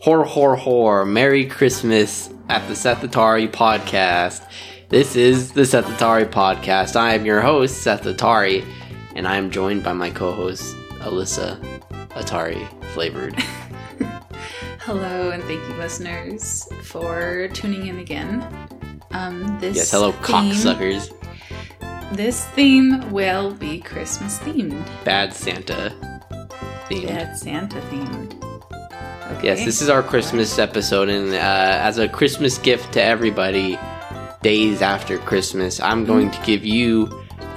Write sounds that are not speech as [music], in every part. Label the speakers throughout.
Speaker 1: Hor hor hor! Merry Christmas at the Sethatari podcast. This is the Sethatari podcast. I am your host Seth Atari, and I am joined by my co-host Alyssa Atari flavored.
Speaker 2: Hello, and thank you, listeners, for tuning in again. Um, this
Speaker 1: yes, hello
Speaker 2: theme,
Speaker 1: cocksuckers.
Speaker 2: This theme will be Christmas themed.
Speaker 1: Bad Santa themed.
Speaker 2: Yeah, it's Santa themed. Okay.
Speaker 1: Yes, this is our Christmas episode, and uh, as a Christmas gift to everybody, days after Christmas, I'm going to give you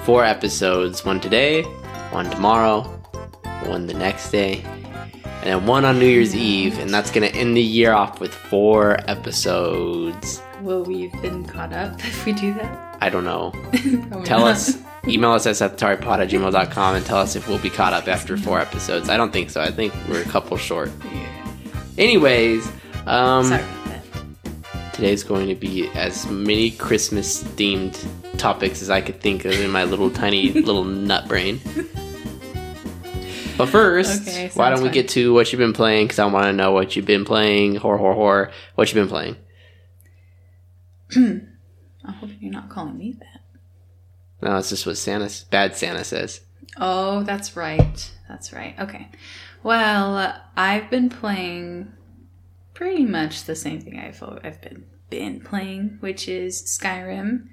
Speaker 1: four episodes one today, one tomorrow, one the next day, and then one on New Year's Eve, and that's going to end the year off with four episodes.
Speaker 2: Will we've been caught up [laughs] if we do that?
Speaker 1: I don't know.
Speaker 2: Probably
Speaker 1: Tell
Speaker 2: not.
Speaker 1: us, email us at sataripod at gmail.com and tell us if we'll be caught up after four episodes. I don't think so. I think we're a couple short.
Speaker 2: [laughs] Yeah.
Speaker 1: Anyways, um.
Speaker 2: Sorry about that.
Speaker 1: Today's going to be as many Christmas themed topics as I could think of in my little
Speaker 2: [laughs]
Speaker 1: tiny little nut brain. But first,
Speaker 2: Okay, sounds
Speaker 1: why don't we
Speaker 2: fun.
Speaker 1: get to what you've been playing? Because I want to know what you've been playing. Hor, hor, hor. What you've been playing?
Speaker 2: I hope you're not calling me that.
Speaker 1: No, it's just what Santa, s- bad Santa says.
Speaker 2: Oh, that's right. That's right. Okay. Well, I've been playing pretty much the same thing I've al- I've been been playing, which is Skyrim,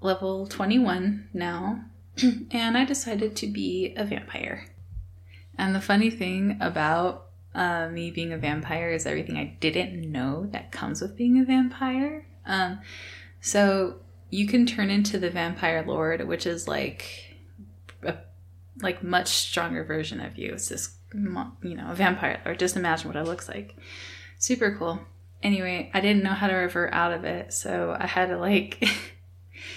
Speaker 2: level twenty one now, [clears throat] and I decided to be a vampire. And the funny thing about uh, me being a vampire is everything I didn't know that comes with being a vampire. Um, so you can turn into the vampire lord, which is like like much stronger version of you. It's this, mo- you know, a vampire, or just imagine what it looks like. Super cool. Anyway, I didn't know how to revert out of it, so I had to like,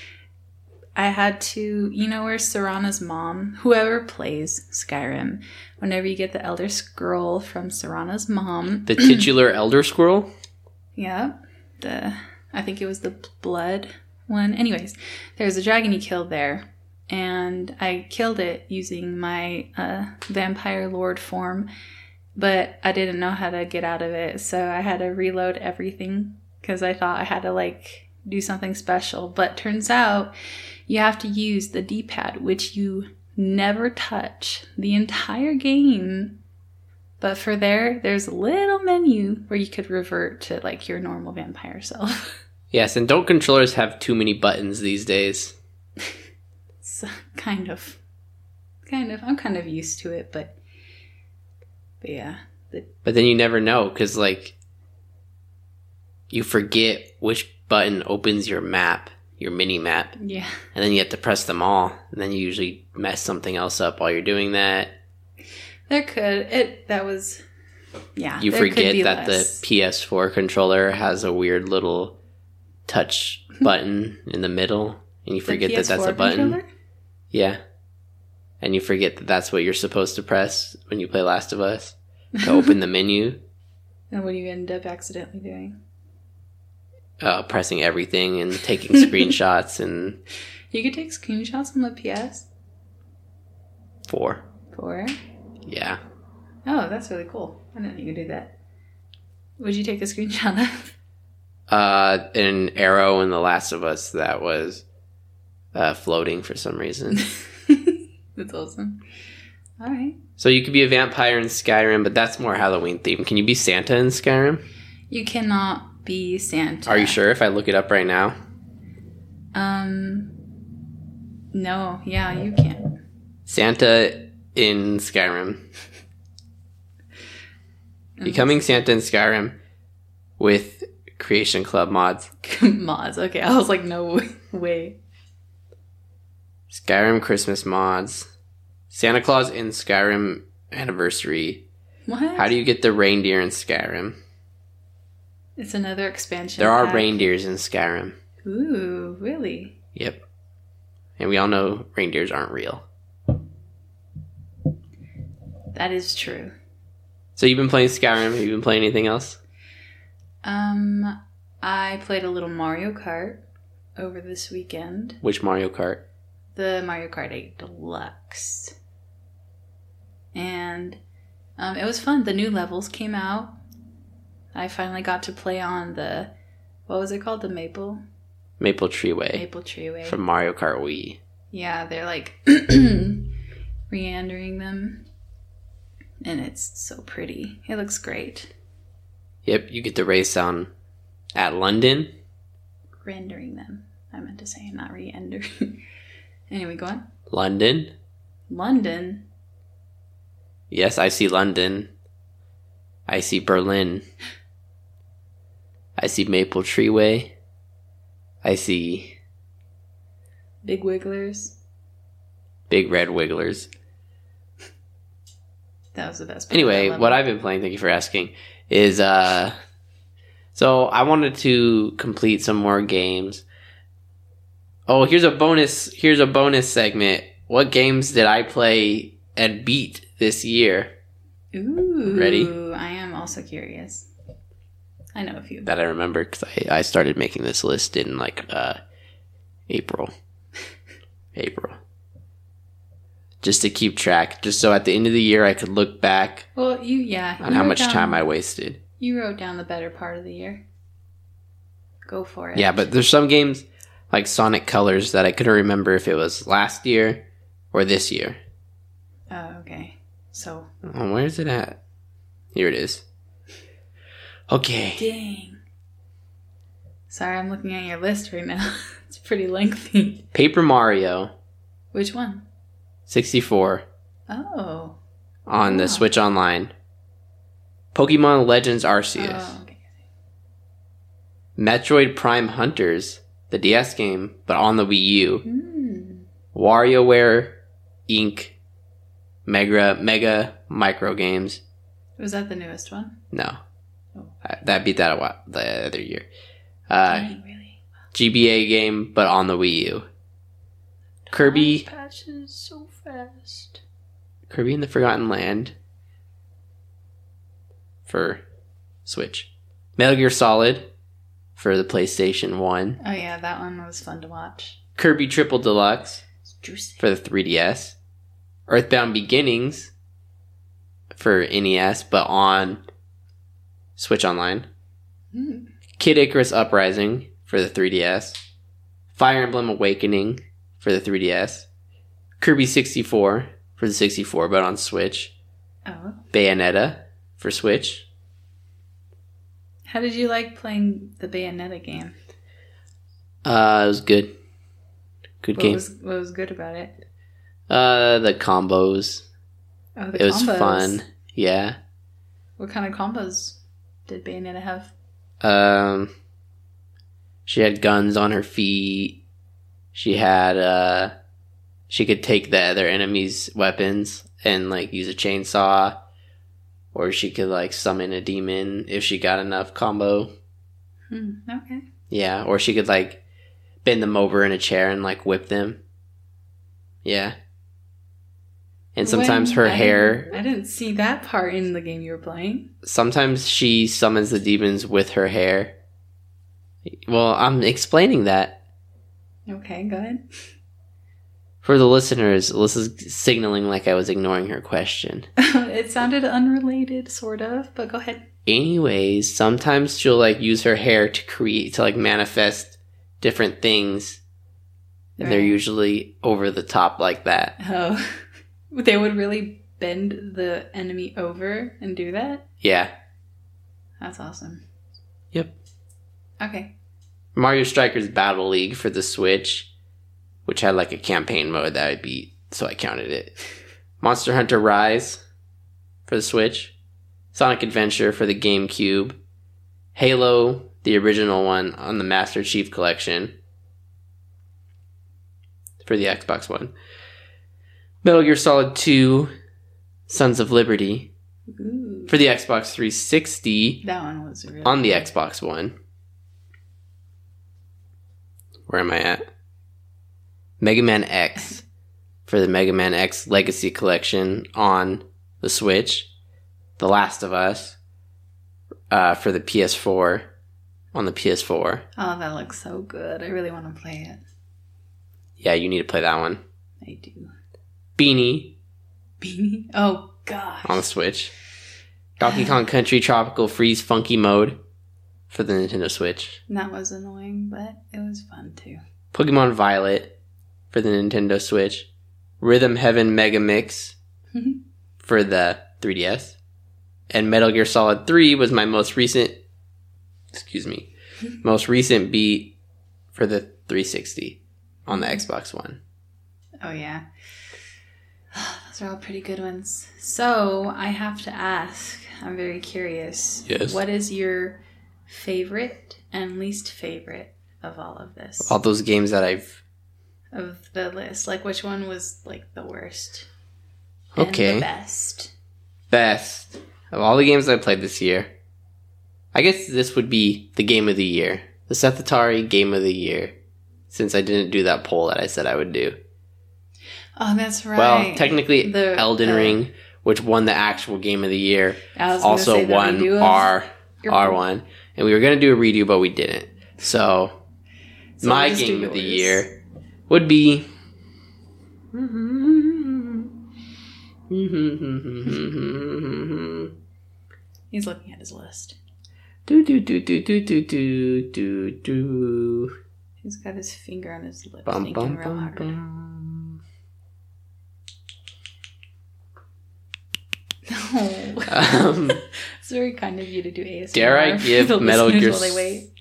Speaker 2: [laughs] I had to, you know, where Serana's mom, whoever plays Skyrim, whenever you get the Elder Scroll from Serana's mom, [clears throat]
Speaker 1: The titular Elder Squirrel?
Speaker 2: yeah. The I think it was the blood one. Anyways, there's a dragon you killed there, and I killed it using my uh, vampire lord form, but I didn't know how to get out of it, so I had to reload everything because I thought I had to like do something special. But turns out you have to use the D-pad, which you never touch the entire game but for there, there's a little menu where you could revert to like your normal vampire self. [laughs]
Speaker 1: Yes, and don't controllers have too many buttons these days?
Speaker 2: It's kind of, kind of. I'm kind of used to it, but, but yeah,
Speaker 1: But then you never know, because, like, you forget which button opens your map, your mini map.
Speaker 2: yeah.
Speaker 1: and then you have to press them all and then you usually mess something else up while you're doing that
Speaker 2: There could it. That was, yeah.
Speaker 1: you
Speaker 2: Uh, there could
Speaker 1: forget
Speaker 2: be
Speaker 1: that
Speaker 2: less.
Speaker 1: the ps4 controller has a weird little
Speaker 2: [laughs]
Speaker 1: touch button in the middle and you
Speaker 2: The
Speaker 1: forget that that's a
Speaker 2: PS4
Speaker 1: button
Speaker 2: controller?
Speaker 1: yeah and you forget that that's what you're supposed to press when you play last of us to
Speaker 2: [laughs]
Speaker 1: open the menu
Speaker 2: And what do you end up accidentally doing?
Speaker 1: uh, pressing everything and
Speaker 2: [laughs]
Speaker 1: taking screenshots and
Speaker 2: You could take screenshots on the PS4.
Speaker 1: four yeah
Speaker 2: Oh, that's really cool. I didn't know you could do that. Would you take a screenshot of? [laughs]
Speaker 1: uh an arrow in the last of us that was uh floating for some reason
Speaker 2: that's awesome. All right.
Speaker 1: So you could be a vampire in Skyrim, but that's more Halloween themed. Can you be Santa in Skyrim?
Speaker 2: You cannot be Santa.
Speaker 1: Are you sure if I look it up right now?
Speaker 2: Um. No. Yeah, you [laughs] can.
Speaker 1: Santa in Skyrim. Becoming Santa in Skyrim with Creation Club mods.
Speaker 2: Mods. Okay, I was like, no [laughs] way.
Speaker 1: Skyrim Christmas mods. Santa Claus in Skyrim anniversary.
Speaker 2: What?
Speaker 1: How do you get the reindeer in Skyrim?
Speaker 2: It's another expansion.
Speaker 1: There are
Speaker 2: pack.
Speaker 1: reindeers in Skyrim.
Speaker 2: Ooh, really?
Speaker 1: Yep. And we all know reindeers aren't real.
Speaker 2: That is true.
Speaker 1: So you've been playing Skyrim. Have you been playing anything else?
Speaker 2: Um, I played a little Mario Kart over this weekend.
Speaker 1: Which Mario Kart?
Speaker 2: the Mario Kart 8 Deluxe. And um, it was fun. The new levels came out. I finally got to play on the what was it called? The maple
Speaker 1: Maple Treeway
Speaker 2: maple tree way.
Speaker 1: from Mario Kart Wii.
Speaker 2: yeah, they're like [clears throat] meandering them, and it's so pretty. It looks great.
Speaker 1: Yep, you get to race on at London.
Speaker 2: Rendering them, I meant to say, not re-rendering. [laughs] anyway, go on.
Speaker 1: London.
Speaker 2: London.
Speaker 1: Yes, I see London. I see Berlin. I see Maple Treeway. I see
Speaker 2: Big Wigglers.
Speaker 1: Big Red Wigglers.
Speaker 2: That was the best. part of
Speaker 1: anyway
Speaker 2: that
Speaker 1: what
Speaker 2: level.
Speaker 1: i've been playing thank you for asking is uh so i wanted to complete some more games oh here's a bonus here's a bonus segment what games did i play and beat this year
Speaker 2: Ooh,
Speaker 1: Ready?
Speaker 2: I am also curious. I know a few.
Speaker 1: that i remember because I, I started making this list in like uh april [laughs] april just to keep track just so at the end of the year i could look back
Speaker 2: Well, you yeah.
Speaker 1: on
Speaker 2: you
Speaker 1: how
Speaker 2: wrote
Speaker 1: much
Speaker 2: down-
Speaker 1: time i wasted
Speaker 2: You wrote down the better part of the year. Go for it.
Speaker 1: Yeah, but there's some games like Sonic Colors that I couldn't remember if it was last year or this year.
Speaker 2: Oh, okay. So
Speaker 1: Oh, where is it at? Here it is. Okay.
Speaker 2: dang. Sorry, I'm looking at your list right now. [laughs] it's pretty lengthy.
Speaker 1: Paper Mario
Speaker 2: Which one?
Speaker 1: 64
Speaker 2: Oh.
Speaker 1: on
Speaker 2: Wow.
Speaker 1: the Switch Online. Pokemon Legends Arceus.
Speaker 2: Oh, okay.
Speaker 1: Metroid Prime Hunters, the DS game, but on the Wii U.
Speaker 2: Hmm.
Speaker 1: WarioWare Inc. Mega Mega Micro Games.
Speaker 2: Was that the newest one?
Speaker 1: No.
Speaker 2: Oh.
Speaker 1: Uh, That beat that a while, the other year. Uh,
Speaker 2: Dang, really?
Speaker 1: GBA game, but on the Wii U. Kirby,
Speaker 2: Time Patches so fast.
Speaker 1: Kirby in the Forgotten Land for Switch. Metal Gear Solid for the PlayStation 1.
Speaker 2: Oh yeah, that one was fun to watch.
Speaker 1: Kirby Triple Deluxe
Speaker 2: It's juicy.
Speaker 1: for the 3DS. Earthbound Beginnings for NES, but on Switch Online.
Speaker 2: Hmm.
Speaker 1: Kid Icarus Uprising for the 3DS, Fire Emblem Awakening for the 3DS, Kirby 64 for the 64, but on Switch,
Speaker 2: Oh.
Speaker 1: Bayonetta for Switch.
Speaker 2: How did you like playing the Bayonetta game?
Speaker 1: Uh, it was good. Good
Speaker 2: What
Speaker 1: game.
Speaker 2: was what was good about it?
Speaker 1: uh, the combos.
Speaker 2: Oh,
Speaker 1: it was fun. Yeah.
Speaker 2: What kind of combos did Bayonetta have?
Speaker 1: Um, she had guns on her feet. She had uh, she could take the other enemy's weapons and like use a chainsaw, or she could like summon a demon if she got enough combo.
Speaker 2: Hmm, okay.
Speaker 1: Yeah, or she could like bend them over in a chair and like whip them. Yeah. And sometimes
Speaker 2: When-
Speaker 1: her
Speaker 2: I
Speaker 1: hair
Speaker 2: didn't- I didn't see that part in the game you were playing.
Speaker 1: sometimes she summons the demons with her hair. Well, I'm explaining that.
Speaker 2: Okay, go ahead. [laughs]
Speaker 1: For the listeners, Alyssa's signaling like I was ignoring her question.
Speaker 2: it sounded unrelated, sort of, but go ahead.
Speaker 1: Anyways, sometimes she'll like use her hair to create to like manifest different things. And they're
Speaker 2: Right.
Speaker 1: usually over the top like that.
Speaker 2: Oh, [laughs] they would really bend the enemy over and do that.
Speaker 1: Yeah.
Speaker 2: That's awesome.
Speaker 1: Yep.
Speaker 2: Okay.
Speaker 1: Mario Strikers Battle League for the Switch, which had like a campaign mode that I beat, so I counted it. Monster Hunter Rise for the Switch, Sonic Adventure for the GameCube, Halo, the original one on the Master Chief Collection for the Xbox One, Metal Gear Solid 2, Sons of Liberty
Speaker 2: Ooh.
Speaker 1: for the Xbox 360
Speaker 2: That one was really
Speaker 1: on the Xbox One. Where am I at? Mega Man X for the Mega Man X Legacy Collection on the Switch. The Last of Us uh, for the PS4 on the PS4.
Speaker 2: Oh, that looks so good. I really want to play it.
Speaker 1: Yeah, you need to play that one.
Speaker 2: I do. [laughs]
Speaker 1: Beanie
Speaker 2: Beanie? Oh, gosh.
Speaker 1: on the Switch. Donkey Kong Country Tropical Freeze Funky Mode for the Nintendo Switch.
Speaker 2: And that was annoying, but it was fun too.
Speaker 1: Pokemon Violet for the Nintendo Switch. Rhythm Heaven Mega Mix for the 3DS. And Metal Gear Solid 3 was my most recent, excuse me, most recent beat for the 360 on the Xbox One.
Speaker 2: oh yeah. [sighs] Those are all pretty good ones. So I have to ask. I'm very curious.
Speaker 1: Yes.
Speaker 2: What is your favorite and least favorite of all of this?
Speaker 1: All those games that I've.
Speaker 2: of the list. Like which one was like the worst? And
Speaker 1: Okay.
Speaker 2: the best.
Speaker 1: Best of all the games I played this year. I guess this would be the game of the year. The Seth Atari game of the year. Since I didn't do that poll that I said I would do.
Speaker 2: Oh, that's right.
Speaker 1: Well, technically,
Speaker 2: The-
Speaker 1: Elden
Speaker 2: the-
Speaker 1: Ring, which won the actual game of the year,
Speaker 2: I was gonna say
Speaker 1: also
Speaker 2: the
Speaker 1: won
Speaker 2: redo of
Speaker 1: R
Speaker 2: your-
Speaker 1: R one, and we were gonna do a redo, but we didn't. So,
Speaker 2: So we'll
Speaker 1: my
Speaker 2: just do
Speaker 1: game of the
Speaker 2: yours.
Speaker 1: year would be. [laughs]
Speaker 2: Mm-hmm. He's looking at his list.
Speaker 1: Do do do do do do do do do.
Speaker 2: He's got his finger on his lip,
Speaker 1: Bum,
Speaker 2: sneaking
Speaker 1: bum,
Speaker 2: real
Speaker 1: bum,
Speaker 2: hard.
Speaker 1: bum.
Speaker 2: [laughs] No.
Speaker 1: Um,
Speaker 2: [laughs]
Speaker 1: [laughs]
Speaker 2: it's very kind of you to do ASMR.
Speaker 1: Dare
Speaker 2: [laughs]
Speaker 1: I
Speaker 2: for
Speaker 1: give
Speaker 2: the
Speaker 1: Metal
Speaker 2: listeners
Speaker 1: Gear
Speaker 2: while they
Speaker 1: s-
Speaker 2: wait.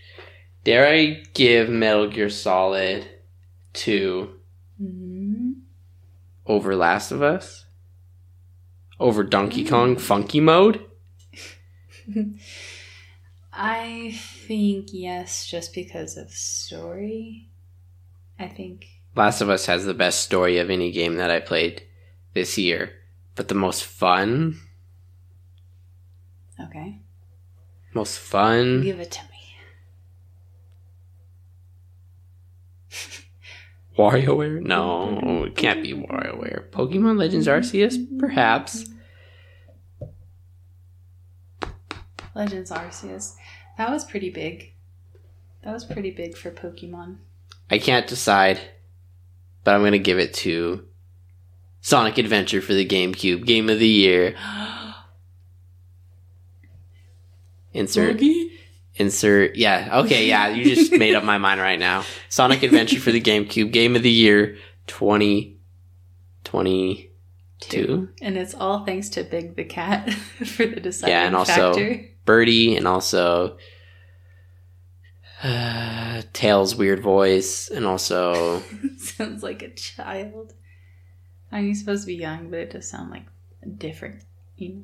Speaker 1: Dare I give Metal Gear Solid two
Speaker 2: Mhm.
Speaker 1: over Last of Us? Over Donkey Kong Funky Mode?
Speaker 2: Mm-hmm. [laughs] I think yes, just because of story. I think
Speaker 1: Last of Us has the best story of any game that I played this year, but the most fun,
Speaker 2: okay.
Speaker 1: most fun.
Speaker 2: Give it to me.
Speaker 1: WarioWare? No, it can't be WarioWare. Pokemon Legends Arceus? Perhaps.
Speaker 2: Legends Arceus. That was pretty big. That was pretty big for Pokemon.
Speaker 1: I can't decide, but I'm going to give it to Sonic Adventure for the GameCube Game of the Year. Insert. Insert. Yeah. Okay. Yeah. You just made up my mind right now. Sonic Adventure for the GameCube Game of the Year 2022.
Speaker 2: And it's all thanks to Big the Cat [laughs] for the deciding
Speaker 1: Yeah, and also-
Speaker 2: factor.
Speaker 1: Birdie and also uh, Tails' weird voice and also
Speaker 2: [laughs] Sounds like a child. I mean, he's supposed to be young, but it does sound like different. You know.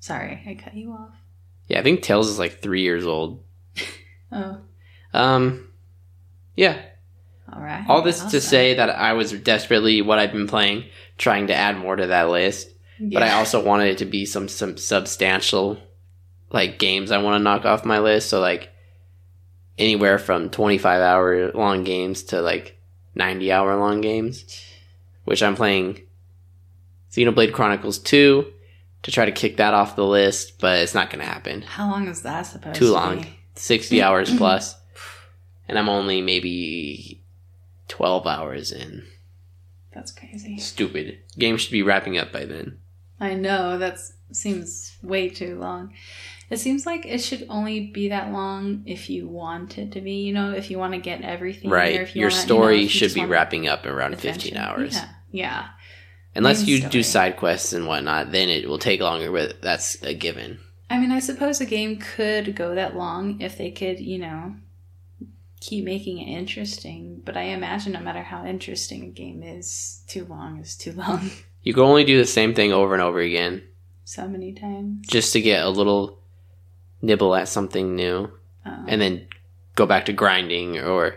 Speaker 2: Sorry, I cut you off.
Speaker 1: yeah, I think Tails is like three years old.
Speaker 2: Oh,
Speaker 1: Um, yeah,
Speaker 2: all right.
Speaker 1: all this to
Speaker 2: Awesome.
Speaker 1: say that I was desperately what I've been playing, trying to add more to that list, but I
Speaker 2: Yeah.
Speaker 1: also wanted it to be some some substantial like games I want to knock off my list. So like anywhere from twenty five hour long games to like ninety hour long games, which I'm playing Xenoblade Chronicles two to try to kick that off the list, but it's not going to happen.
Speaker 2: How long is that supposed
Speaker 1: Too
Speaker 2: to
Speaker 1: long.
Speaker 2: be?
Speaker 1: Sixty hours plus, and I'm only maybe twelve hours in.
Speaker 2: That's crazy.
Speaker 1: Stupid. Game should be wrapping up by then.
Speaker 2: I know, that seems way too long. It seems like it should only be that long if you want it to be. You know, if you want to get everything. or
Speaker 1: Right.
Speaker 2: if you
Speaker 1: Your
Speaker 2: wanna- you know,
Speaker 1: story
Speaker 2: if you
Speaker 1: should
Speaker 2: just
Speaker 1: be
Speaker 2: wanna
Speaker 1: wrapping up around 15
Speaker 2: adventure.
Speaker 1: hours.
Speaker 2: Yeah. yeah.
Speaker 1: Unless
Speaker 2: Main
Speaker 1: you
Speaker 2: story.
Speaker 1: do side quests and whatnot, then it will take longer, but that's a given.
Speaker 2: I mean, I suppose a game could go that long if they could, you know, keep making it interesting. But I imagine no matter how interesting a game is, too long is too [laughs] long.
Speaker 1: You can only do the same thing over and over again
Speaker 2: so many times.
Speaker 1: just to get a little nibble at something new
Speaker 2: Um,
Speaker 1: and then go back to grinding or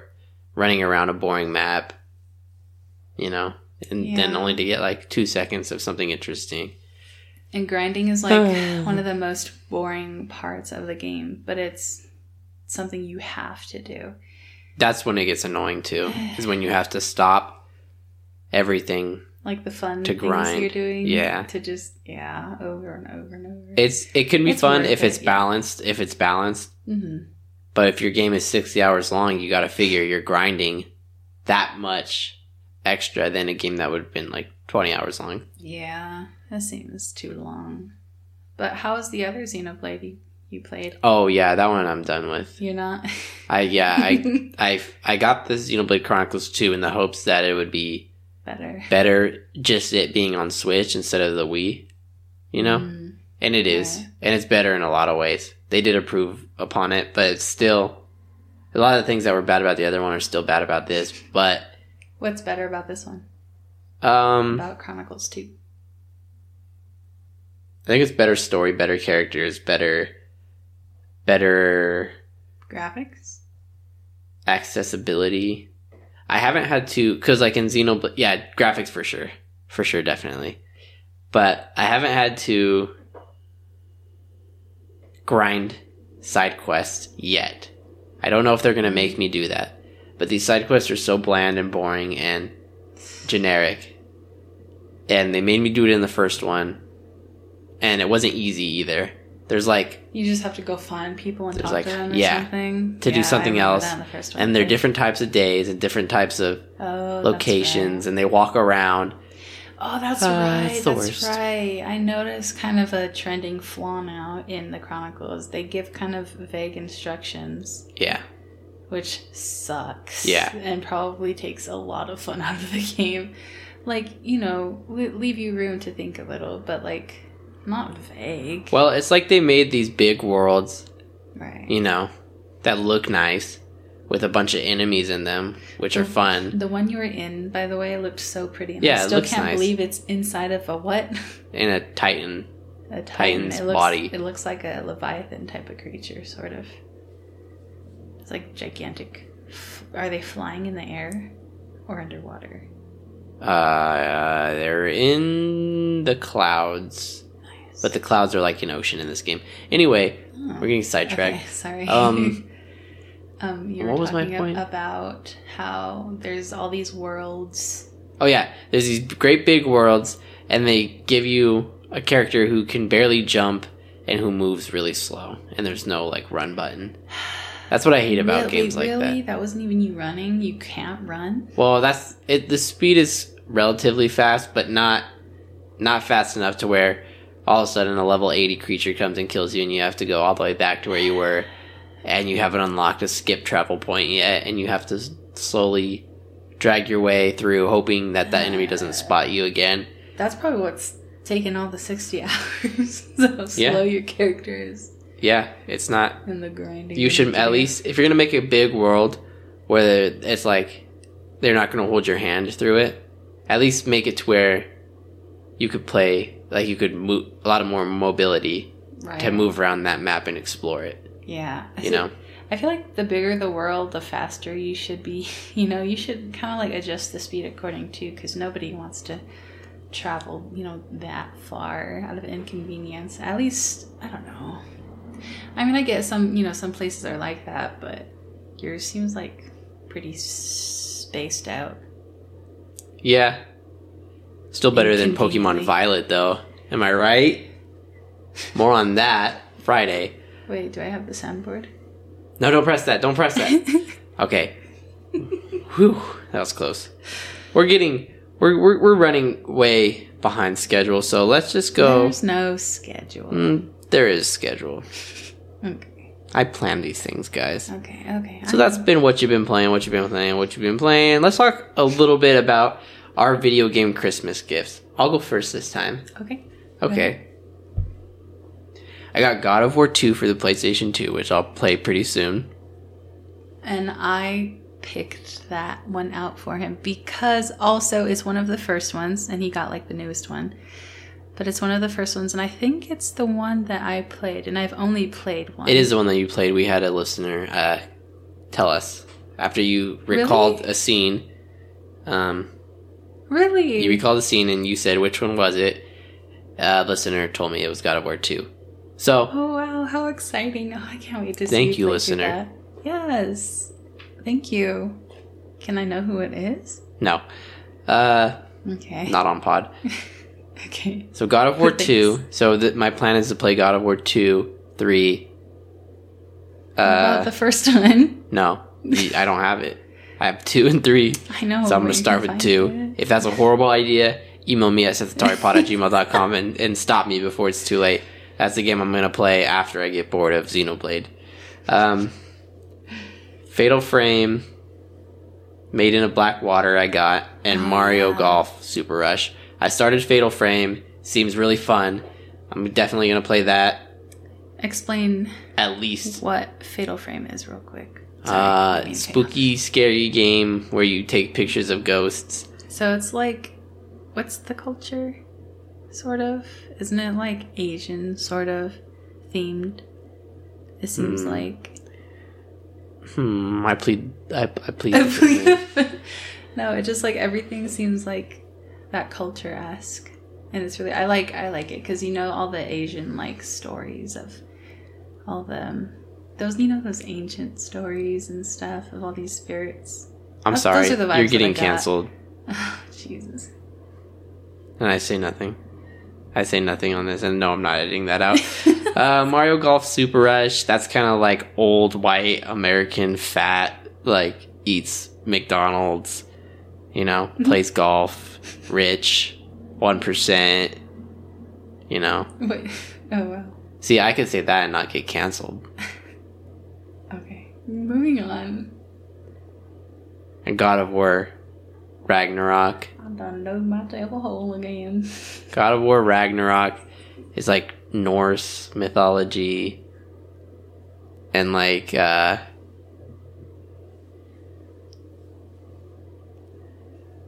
Speaker 1: running around a boring map, you know, and then
Speaker 2: Yeah.
Speaker 1: only to get like two seconds of something interesting.
Speaker 2: and grinding is
Speaker 1: Hmm.
Speaker 2: like one of the most boring parts of the game, but it's something you have to do.
Speaker 1: That's when it gets annoying too, is when you have to stop everything
Speaker 2: Like the fun
Speaker 1: To
Speaker 2: things
Speaker 1: grind.
Speaker 2: you're doing.
Speaker 1: Yeah.
Speaker 2: To just, yeah, over and over and over.
Speaker 1: It's it can be
Speaker 2: It's
Speaker 1: fun
Speaker 2: worth
Speaker 1: if
Speaker 2: it,
Speaker 1: it's
Speaker 2: yeah.
Speaker 1: balanced. If it's balanced,
Speaker 2: hmm
Speaker 1: but if your game is sixty hours long, you got to figure you're grinding that much extra than a game that would have been like twenty hours long.
Speaker 2: Yeah, that seems too long. But how is the other Xenoblade you, you played?
Speaker 1: Oh yeah, that one I'm done with.
Speaker 2: You're not.
Speaker 1: I yeah, [laughs]
Speaker 2: [laughs]
Speaker 1: I I I got the Xenoblade Chronicles 2 in the hopes that it would be
Speaker 2: better.
Speaker 1: better just it being on Switch instead of the Wii. You know?
Speaker 2: Mm,
Speaker 1: And it is.
Speaker 2: Okay.
Speaker 1: And it's better in a lot of ways. They did improve upon it, but it's still a lot of the things that were bad about the other one are still bad about this. But
Speaker 2: What's better about this one?
Speaker 1: um
Speaker 2: About Chronicles Two.
Speaker 1: I think it's better story, better characters, better better
Speaker 2: Graphics.
Speaker 1: accessibility. I haven't had to because like in Xenoblade, yeah, graphics for sure, for sure, definitely. But I haven't had to grind side quests yet. I don't know if they're gonna make me do that. But these side quests are so bland and boring and generic. And they made me do it in the first one. And it wasn't easy either. There's like
Speaker 2: You just have to go find people and
Speaker 1: There's
Speaker 2: talk
Speaker 1: like-
Speaker 2: to them or
Speaker 1: yeah,
Speaker 2: something
Speaker 1: to do
Speaker 2: Yeah, I
Speaker 1: something
Speaker 2: remember
Speaker 1: else,
Speaker 2: that in the first one,
Speaker 1: and they're
Speaker 2: too.
Speaker 1: different types of days and different types of
Speaker 2: oh, that's
Speaker 1: locations
Speaker 2: right.
Speaker 1: and they walk around.
Speaker 2: Oh, that's
Speaker 1: Uh,
Speaker 2: right.
Speaker 1: it's the
Speaker 2: That's
Speaker 1: worst.
Speaker 2: right. I noticed kind of a trending flaw now in the Chronicles. They give kind of vague instructions,
Speaker 1: Yeah.
Speaker 2: which sucks.
Speaker 1: Yeah.
Speaker 2: And probably takes a lot of fun [laughs] out of the game. Like, you know, le- leave you room to think a little, but like, not vague.
Speaker 1: Well, it's like they made these big worlds,
Speaker 2: right.
Speaker 1: you know, that look nice with a bunch of enemies in them, which are fun.
Speaker 2: The one you were in, by the way, looked so pretty. And
Speaker 1: Yeah,
Speaker 2: I
Speaker 1: it
Speaker 2: still
Speaker 1: looks
Speaker 2: can't
Speaker 1: nice.
Speaker 2: believe it's inside of a what? [laughs]
Speaker 1: In a Titan.
Speaker 2: a titan.
Speaker 1: Titan's
Speaker 2: it looks,
Speaker 1: body.
Speaker 2: It looks like a leviathan type of creature, sort of. It's like gigantic. Are they flying in the air or underwater?
Speaker 1: Uh, they're in the clouds,
Speaker 2: Nice.
Speaker 1: but the clouds are like an ocean in this game. Anyway,
Speaker 2: Oh.
Speaker 1: we're getting sidetracked.
Speaker 2: Okay, [laughs] sorry.
Speaker 1: Um,
Speaker 2: [laughs] Um, you were
Speaker 1: what was my
Speaker 2: talking ab-
Speaker 1: point?
Speaker 2: about how there's all these worlds.
Speaker 1: Oh yeah, there's these great big worlds, and they give you a character who can barely jump and who moves really slow, and there's no like run button. That's what I hate about
Speaker 2: Really-
Speaker 1: games like that.
Speaker 2: really? That wasn't even you running. You can't run.
Speaker 1: Well, that's it. The speed is relatively fast, but not not fast enough to where all of a sudden a level eighty creature comes and kills you, and you have to go all the way back to where you were, and you haven't unlocked a skip travel point yet, and you have to s- slowly drag your way through, hoping that that enemy doesn't spot you again.
Speaker 2: That's probably what's taken all the sixty [laughs] hours. so
Speaker 1: Yeah.
Speaker 2: slow your character is
Speaker 1: Yeah, it's not.
Speaker 2: in the grinding.
Speaker 1: You
Speaker 2: of
Speaker 1: should
Speaker 2: the
Speaker 1: at
Speaker 2: game.
Speaker 1: least if you're gonna make a big world where it's like they're not gonna hold your hand through it. At least make it to where you could play like you could move a lot of more mobility
Speaker 2: right.
Speaker 1: to move around that map and explore it.
Speaker 2: Yeah. I
Speaker 1: You
Speaker 2: think-
Speaker 1: know,
Speaker 2: I feel like the bigger the world, the faster you should be. [laughs] You know, you should kind of like adjust the speed according to, because nobody wants to travel, you know, that far out of inconvenience. At least, I don't know. I mean, I get some, you know, some places are like that, but yours seems like pretty s- spaced out.
Speaker 1: yeah. Still better than Pokemon
Speaker 2: Inconveniently.
Speaker 1: Violet, though. Am I right? More on that Friday.
Speaker 2: Wait, do I have the soundboard?
Speaker 1: No, don't press that. Don't press that. [laughs] Okay. Whew, that was close. We're getting we're we're, we're running way behind schedule, so let's just go.
Speaker 2: There's no schedule.
Speaker 1: Mm, there is schedule.
Speaker 2: Okay,
Speaker 1: I plan these things, guys.
Speaker 2: okay, okay.
Speaker 1: So that's been what you've been playing, what you've been playing, what you've been playing. Let's talk a little bit about our video game Christmas gifts. I'll go first this time.
Speaker 2: okay.
Speaker 1: Okay. I got God of War 2 for the PlayStation 2, which I'll play pretty soon.
Speaker 2: And I picked that one out for him because also it's one of the first ones, and he got like the newest one. But it's one of the first ones, and I think it's the one that I played, and I've only played one.
Speaker 1: It is the one that you played. We had a listener uh, tell us after you recalled
Speaker 2: Really?
Speaker 1: a scene. Um,
Speaker 2: Really?
Speaker 1: you recalled a scene and you said which one was it. Uh, listener told me it was God of War two. So
Speaker 2: oh, wow. How exciting. Oh, I can't wait to see
Speaker 1: Thank you,
Speaker 2: play through
Speaker 1: listener.
Speaker 2: that. Yes. Thank you. Can I know who it is?
Speaker 1: no, uh,
Speaker 2: Okay.
Speaker 1: not on pod.
Speaker 2: Okay.
Speaker 1: So God
Speaker 2: [laughs]
Speaker 1: of War
Speaker 2: Thanks.
Speaker 1: two. So th- my plan is to play God of War two, three.
Speaker 2: What about
Speaker 1: Uh,
Speaker 2: the first [laughs] one.
Speaker 1: no, I don't have it. I have two and three.
Speaker 2: I know.
Speaker 1: So I'm going
Speaker 2: where you
Speaker 1: to start
Speaker 2: can
Speaker 1: with
Speaker 2: find
Speaker 1: two.
Speaker 2: it.
Speaker 1: If that's a horrible idea, email me at setthetaripod at gmail.com and, and stop me before it's too late. That's the game I'm gonna play after I get bored of Xenoblade. Um, Fatal Frame, Maiden of Black Water, I got, and Mario Golf Super Rush. I started Fatal Frame. Seems really fun. I'm definitely gonna play that
Speaker 2: Explain
Speaker 1: at least.
Speaker 2: what Fatal Frame is real quick. Sorry, I
Speaker 1: Uh,
Speaker 2: mean,
Speaker 1: spooky, scary game where you take pictures of ghosts.
Speaker 2: So it's like, what's the culture? Sort of. Isn't it like Asian, sort of themed? It seems
Speaker 1: Hmm.
Speaker 2: like. [laughs]
Speaker 1: Hmm. I plead. I, [laughs] I plead.
Speaker 2: no, it just like everything seems like that culture esque. And it's really, I like, I like it because you know all the Asian like stories of all the, um, those, you know, those ancient stories and stuff of all these spirits. [laughs]
Speaker 1: I'm
Speaker 2: Those-
Speaker 1: sorry.
Speaker 2: those are the
Speaker 1: You're
Speaker 2: vibes that I
Speaker 1: getting
Speaker 2: got.
Speaker 1: canceled,
Speaker 2: Jesus. [laughs]
Speaker 1: and I say nothing. I say nothing on this, and no, I'm not editing that out. [laughs] uh, Mario Golf Super Rush. That's kind of like old white American fat, like eats McDonald's, you know, plays golf, rich, one percent. You know,
Speaker 2: Wait. Oh, wow.
Speaker 1: see, I could say that and not get canceled.
Speaker 2: Okay. Moving on.
Speaker 1: And God of War, Ragnarok.
Speaker 2: I done dug my table hole again. [laughs]
Speaker 1: God of War Ragnarok is like Norse mythology and like uh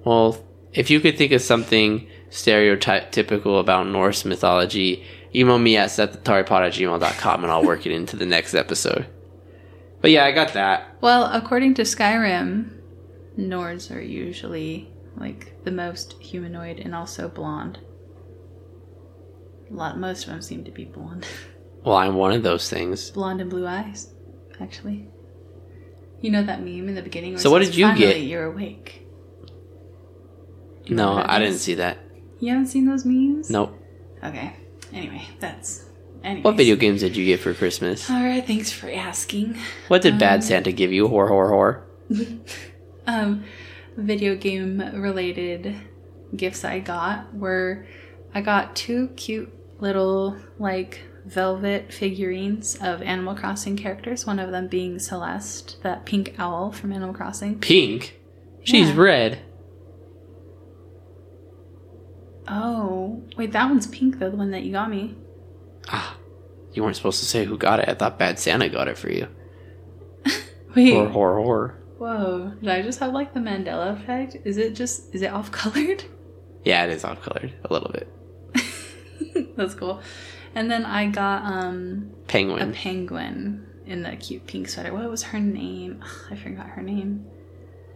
Speaker 1: Well, if you could think of something stereotypical about Norse mythology, email me at setthetaripod at gmail.com and I'll work it into the next episode. But yeah, I got that.
Speaker 2: Well, according to Skyrim, Nords are usually like the most humanoid and also blonde. A lot, most of them seem to be blonde, [laughs]
Speaker 1: Well, I'm one of those things.
Speaker 2: blonde and blue eyes, actually. You know that meme in the beginning. Where it
Speaker 1: So what
Speaker 2: says,
Speaker 1: did you
Speaker 2: Finally,
Speaker 1: get?
Speaker 2: You're awake. Do you know
Speaker 1: No,
Speaker 2: what that
Speaker 1: I didn't
Speaker 2: means?
Speaker 1: see that.
Speaker 2: You haven't seen those memes?
Speaker 1: Nope.
Speaker 2: Okay. Anyway, that's. Anyways.
Speaker 1: What video games did you get for Christmas?
Speaker 2: All right. Thanks for asking.
Speaker 1: What did
Speaker 2: Um,
Speaker 1: Bad Santa give you? Whore, whore, whore.
Speaker 2: um, video game related gifts I got were I got two cute little like velvet figurines of Animal Crossing characters, one of them being Celeste, that pink owl from Animal Crossing.
Speaker 1: Pink. She's
Speaker 2: Yeah.
Speaker 1: red.
Speaker 2: Oh, wait, that one's pink though, the one that you got me.
Speaker 1: Ah, you weren't supposed to say who got it. I thought Bad Santa got it for you.
Speaker 2: Wait,
Speaker 1: Whore, whore, whore.
Speaker 2: whoa, did I just have like the Mandela effect? Is it just, is it off colored?
Speaker 1: Yeah, it is off colored a little bit.
Speaker 2: [laughs] That's cool. And then I got, um, a
Speaker 1: Penguin.
Speaker 2: penguin in the cute pink sweater. What was her name? Ugh, I forgot her name.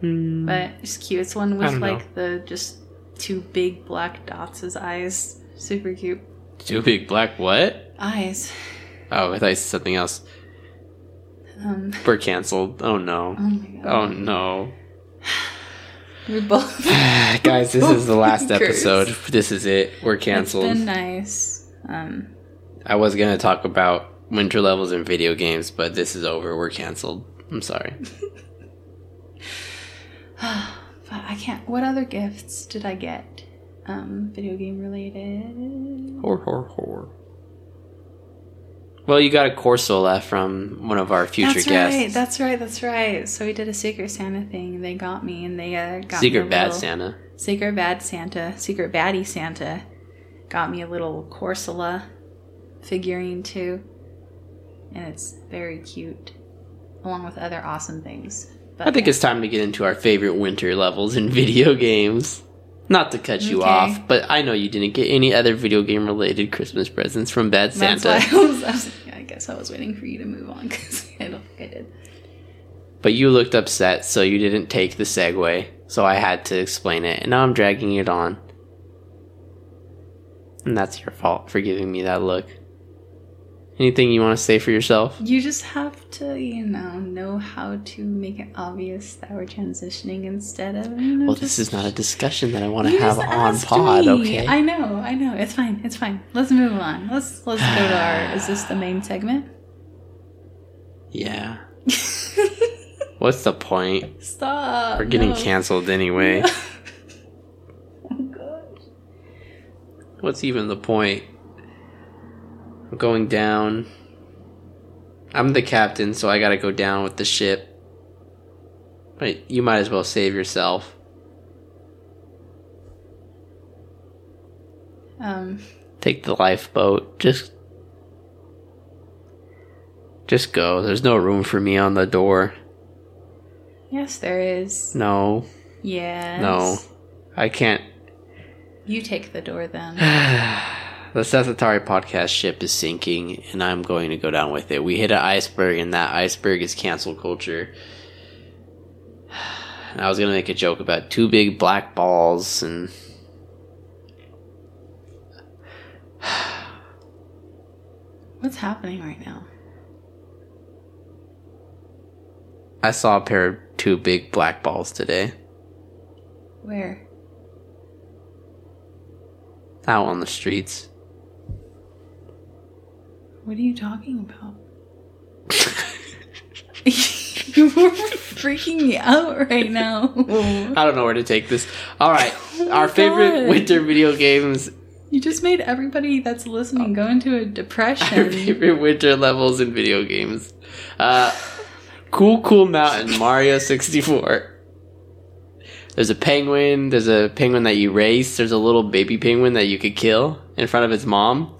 Speaker 1: Hmm.
Speaker 2: But it's cute. It's one
Speaker 1: I
Speaker 2: with
Speaker 1: don't
Speaker 2: like the just two big black dots as eyes. Super cute.
Speaker 1: Two big black what?
Speaker 2: Eyes.
Speaker 1: Oh, I thought you said something else.
Speaker 2: Um,
Speaker 1: We're canceled. Oh no.
Speaker 2: oh my god.
Speaker 1: Oh no. [sighs]
Speaker 2: We both.
Speaker 1: Guys, this
Speaker 2: [laughs]
Speaker 1: is the last
Speaker 2: Cursed.
Speaker 1: episode. This is it. We're
Speaker 2: [laughs]
Speaker 1: [laughs]
Speaker 2: It's
Speaker 1: canceled.
Speaker 2: been nice. Um,
Speaker 1: I was going to talk about winter levels in video games, but this is over. We're canceled. I'm sorry.
Speaker 2: but I can't. What other gifts did I get? Um, video game related.
Speaker 1: Or, or, or. Well, you got a Corsola from one of our future
Speaker 2: that's
Speaker 1: guests.
Speaker 2: right. That's right. That's right. So we did a Secret Santa thing. They got me, and they uh, got me
Speaker 1: Secret
Speaker 2: a
Speaker 1: Bad
Speaker 2: little-
Speaker 1: Santa.
Speaker 2: Secret Bad Santa, Secret Baddie Santa, got me a little Corsola figurine too, and it's very cute, along with other awesome things. But
Speaker 1: I think it's time to get into our favorite winter levels in [laughs] video games. Not to cut you
Speaker 2: Okay.
Speaker 1: off, but I know you didn't get any other video game related Christmas presents from Bad
Speaker 2: that's
Speaker 1: Santa.
Speaker 2: why [laughs] I, was, I, was- yeah, I guess I was waiting for you to move on because [laughs] I don't think I did.
Speaker 1: But you looked upset, so you didn't take the segue, so I had to explain it, and now I'm dragging it on. And that's your fault for giving me that look. Anything you want to say for yourself?
Speaker 2: You just have to, you know, know how to make it obvious that we're transitioning instead of. you know,
Speaker 1: Well, this
Speaker 2: just-
Speaker 1: is not a discussion that I want to
Speaker 2: You
Speaker 1: have
Speaker 2: just
Speaker 1: on
Speaker 2: asked
Speaker 1: pod,
Speaker 2: me.
Speaker 1: okay?
Speaker 2: I know, I know. It's fine. It's fine. Let's move on. Let's let's go to our. Is this the main segment? [laughs]
Speaker 1: yeah. What's the point?
Speaker 2: Stop.
Speaker 1: We're getting
Speaker 2: no.
Speaker 1: canceled anyway.
Speaker 2: Oh, gosh.
Speaker 1: What's even the point? I'm going down. I'm the captain, so I gotta go down with the ship. But you might as well save yourself.
Speaker 2: [laughs] Um,
Speaker 1: Take the lifeboat. Just. Just go. There's no room for me on the door.
Speaker 2: yes, there is.
Speaker 1: No.
Speaker 2: Yes.
Speaker 1: No. I can't.
Speaker 2: You take the door then.
Speaker 1: [sighs] The Sathitari podcast ship is sinking, and I'm going to go down with it. We hit an iceberg, and that iceberg is cancel culture. [sighs] And I was going to make a joke about two big black balls, and.
Speaker 2: What's happening right now?
Speaker 1: I saw a pair of two big black balls today
Speaker 2: Where?
Speaker 1: out on the streets. [laughs]
Speaker 2: What are you talking about? [laughs] You're freaking me out right now.
Speaker 1: I don't know where to take this. All right, our favorite
Speaker 2: God.
Speaker 1: winter video games,
Speaker 2: You just made everybody that's listening go into
Speaker 1: [laughs]
Speaker 2: a
Speaker 1: our
Speaker 2: depression.
Speaker 1: favorite winter levels in video games. Uh, cool, cool mountain, Mario sixty four. There's a penguin. There's a penguin that you race. There's a little baby penguin that you could kill in front of its mom.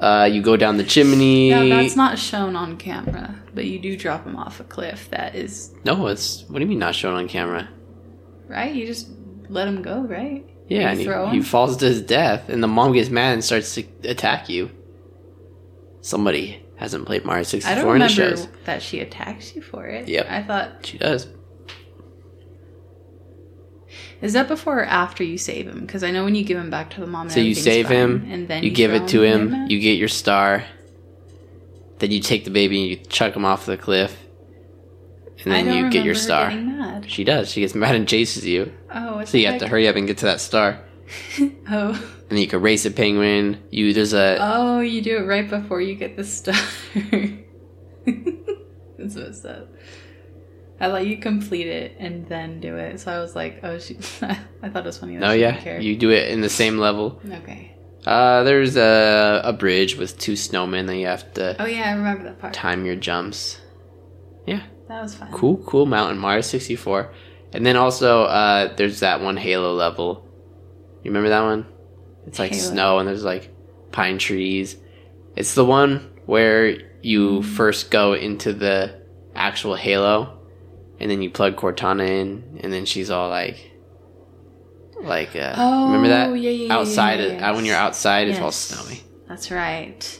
Speaker 1: Uh, you go down the chimney.
Speaker 2: Now, that's not shown on camera, but you do drop him off a cliff. That is
Speaker 1: no, it's what do you mean not shown on camera?
Speaker 2: right. You just let him go, right? You
Speaker 1: Yeah, and
Speaker 2: throw
Speaker 1: he, he
Speaker 2: him?
Speaker 1: falls to his death, and the mom gets mad and starts to attack you. Somebody hasn't played Mario
Speaker 2: I don't
Speaker 1: 64 in the
Speaker 2: remember
Speaker 1: shows.
Speaker 2: that she attacks you for it.
Speaker 1: Yep.
Speaker 2: I thought,
Speaker 1: She does.
Speaker 2: is that before or after you save him? Because I know when you give him back to the mom. and
Speaker 1: So you
Speaker 2: everything's
Speaker 1: save
Speaker 2: fine,
Speaker 1: him,
Speaker 2: and then
Speaker 1: you give
Speaker 2: throw
Speaker 1: it to him,
Speaker 2: in
Speaker 1: you get your star, then you take the baby and you chuck him off the cliff, and
Speaker 2: I
Speaker 1: then
Speaker 2: don't
Speaker 1: you get your
Speaker 2: remember
Speaker 1: star.
Speaker 2: getting Mad.
Speaker 1: She does. She gets mad and chases you,
Speaker 2: Oh, what
Speaker 1: so you
Speaker 2: the
Speaker 1: have to
Speaker 2: heck?
Speaker 1: hurry up and get to that star.
Speaker 2: Oh,
Speaker 1: And you can race a penguin. You there's a
Speaker 2: oh, you do it right before you get the star. [laughs] That's messed up. I let you complete it and then do it, so I was like, oh, she. [laughs] I thought it was funny. That
Speaker 1: no
Speaker 2: she didn't
Speaker 1: yeah
Speaker 2: care.
Speaker 1: you do it in the same level.
Speaker 2: Okay.
Speaker 1: Uh, there's a a bridge with two snowmen that you have to
Speaker 2: Oh yeah, I remember that part.
Speaker 1: time your jumps.
Speaker 2: That was fun.
Speaker 1: Cool, cool mountain Mario 64. And then also uh there's that one Halo level. You remember that one? It's like
Speaker 2: Halo.
Speaker 1: snow and there's like pine trees. It's the one where you
Speaker 2: Mm-hmm.
Speaker 1: first go into the actual Halo and then you plug Cortana in and then she's all like like uh remember
Speaker 2: Oh,
Speaker 1: that?
Speaker 2: yeah, yeah, yeah,
Speaker 1: outside
Speaker 2: yeah, yeah,
Speaker 1: uh, when you're
Speaker 2: yes.
Speaker 1: outside it's all
Speaker 2: Yes.
Speaker 1: snowy.
Speaker 2: That's right.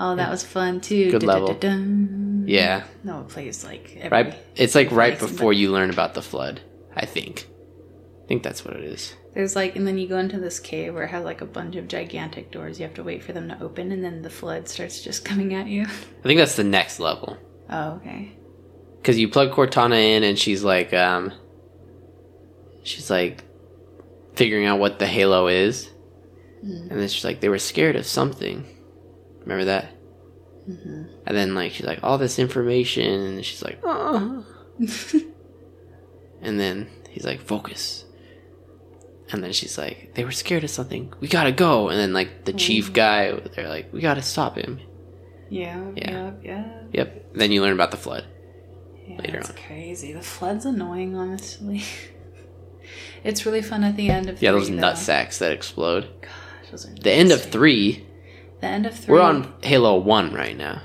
Speaker 2: Oh, that was fun too.
Speaker 1: Good level.
Speaker 2: Dun-dun-dun-dun.
Speaker 1: Yeah.
Speaker 2: No, it plays like every,
Speaker 1: Right it's like right
Speaker 2: Nice and
Speaker 1: before you learn about the flood, I think. I think that's what it is.
Speaker 2: There's like, and then you go into this cave where it has like a bunch of gigantic doors. You have to wait for them to open, and then the flood starts just [laughs] coming at you.
Speaker 1: I think that's the next level.
Speaker 2: Oh, okay.
Speaker 1: because you plug Cortana in and she's like, um, she's like figuring out what the Halo is, and then she's like, they were scared of something. Remember that?
Speaker 2: Mm-hmm. [laughs]
Speaker 1: And then like she's like, all this information, and she's like, oh. and then he's like, focus. And then she's like, they were scared of something. We gotta go. And then like the chief guy, they're like, we gotta stop him.
Speaker 2: Yeah.
Speaker 1: Yeah.
Speaker 2: Yeah. Yeah.
Speaker 1: Yep. Then you learn about the flood.
Speaker 2: Yeah,
Speaker 1: Later
Speaker 2: it's
Speaker 1: on.
Speaker 2: crazy. The flood's annoying, honestly. [laughs] it's really fun at the end of
Speaker 1: Yeah, those
Speaker 2: three, though.
Speaker 1: nut sacks that explode.
Speaker 2: Those are
Speaker 1: The end of
Speaker 2: nuts.
Speaker 1: three.
Speaker 2: The end of 3
Speaker 1: We're on Halo 1 right now.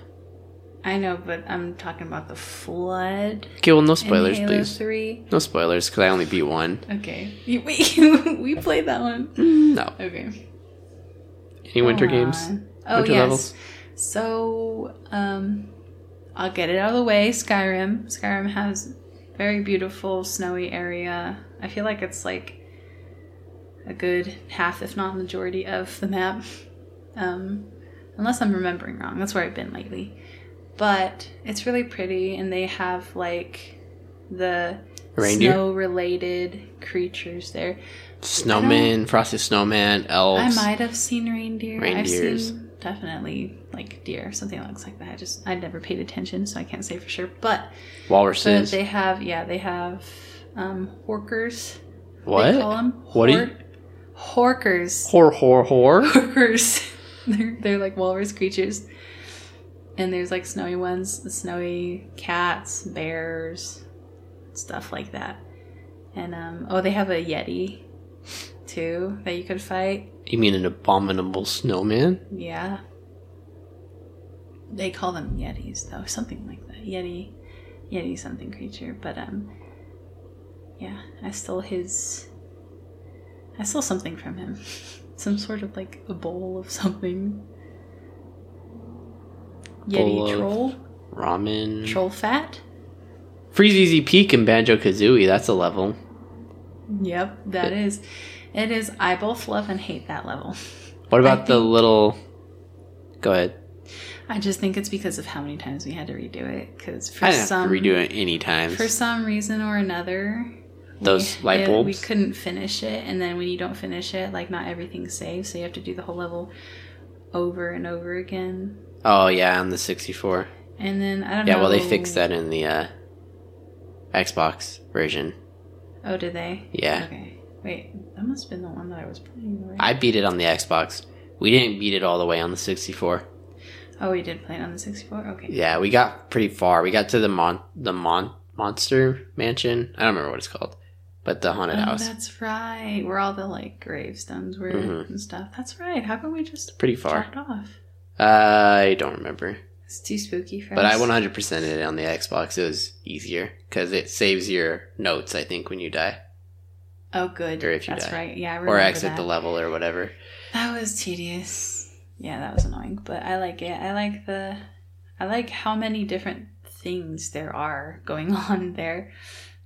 Speaker 2: I know, but I'm talking about the flood.
Speaker 1: Okay, well, no
Speaker 2: in
Speaker 1: spoilers,
Speaker 2: Halo
Speaker 1: please.
Speaker 2: Three.
Speaker 1: No spoilers, because I only beat one.
Speaker 2: Okay. [laughs] You- We we played that one.
Speaker 1: No.
Speaker 2: Okay.
Speaker 1: Any winter
Speaker 2: Go
Speaker 1: games?
Speaker 2: Mm. on. Oh
Speaker 1: Winter
Speaker 2: yes.
Speaker 1: levels?
Speaker 2: So um, I'll get it out of the way. Skyrim. Skyrim has very beautiful snowy area. I feel like it's like a good half, if not majority, of the map. Um, unless I'm remembering wrong. That's where I've been lately. But it's really pretty, and they have like the
Speaker 1: Reindeer?
Speaker 2: snow-related creatures there.
Speaker 1: Snowman, Frosty Snowman,
Speaker 2: I
Speaker 1: Elves.
Speaker 2: might have seen reindeer.
Speaker 1: Reindeers.
Speaker 2: I've seen definitely like deer, something that looks like that. I just I never paid attention, so I can't say for sure. But but
Speaker 1: Walruses.
Speaker 2: they have yeah they have um, horkers. They
Speaker 1: what?
Speaker 2: call them
Speaker 1: What do you-
Speaker 2: horkers?
Speaker 1: Hor, hor, hor.
Speaker 2: Horkers. [laughs] they're, they're like walrus creatures. And there's like snowy ones, snowy cats, bears, stuff like that. And um, oh, they have a yeti too that you could fight.
Speaker 1: [laughs] You mean an abominable snowman?
Speaker 2: Yeah. They call them yetis though, something like that. Yeti, yeti something creature, but um yeah, I stole his I stole something from him. [laughs] Some sort of like a bowl of something. Yeti
Speaker 1: Bowl of-
Speaker 2: troll?
Speaker 1: Ramen.
Speaker 2: Troll fat?
Speaker 1: Freezy Peak and Banjo Kazooie. That's a level.
Speaker 2: Yep, that is. It is I both love and hate that level.
Speaker 1: What about
Speaker 2: I
Speaker 1: the little? Go ahead.
Speaker 2: I just think it's because of how many times we had to redo it. Because for
Speaker 1: I didn't
Speaker 2: some
Speaker 1: have to redo it any times.
Speaker 2: for some reason or another
Speaker 1: Those
Speaker 2: we,
Speaker 1: light
Speaker 2: yeah, we
Speaker 1: bulbs?
Speaker 2: couldn't finish it and then when you don't finish it like not everything's saved so you have to do the whole level over and over again
Speaker 1: Oh yeah, on the 64.
Speaker 2: and then i don't
Speaker 1: Yeah,
Speaker 2: know
Speaker 1: well they fixed that in the uh, Xbox version.
Speaker 2: oh did they
Speaker 1: Yeah.
Speaker 2: okay wait that must have been the one that i was playing right?
Speaker 1: I beat it on the Xbox. We didn't beat it all the way on the 64.
Speaker 2: oh we did play it on the 64 okay
Speaker 1: Yeah, we got pretty far. We got to the mon the mon monster mansion. I don't remember what it's called, but the haunted
Speaker 2: Oh,
Speaker 1: house.
Speaker 2: that's right. Where all the like gravestones were
Speaker 1: Mhm.
Speaker 2: and stuff. That's right. How come we just
Speaker 1: Pretty far.
Speaker 2: chopped off?
Speaker 1: I don't remember,
Speaker 2: It's too spooky for
Speaker 1: but
Speaker 2: us.
Speaker 1: I 100 percent it on the Xbox. It was easier because it saves your notes. I think when you die
Speaker 2: Oh, good.
Speaker 1: Or if you
Speaker 2: That's
Speaker 1: die.
Speaker 2: right. Yeah, I remember
Speaker 1: or exit
Speaker 2: that.
Speaker 1: the level or whatever.
Speaker 2: That was tedious. Yeah, that was annoying, but I like it. I like the I like how many different things there are going [laughs] on there.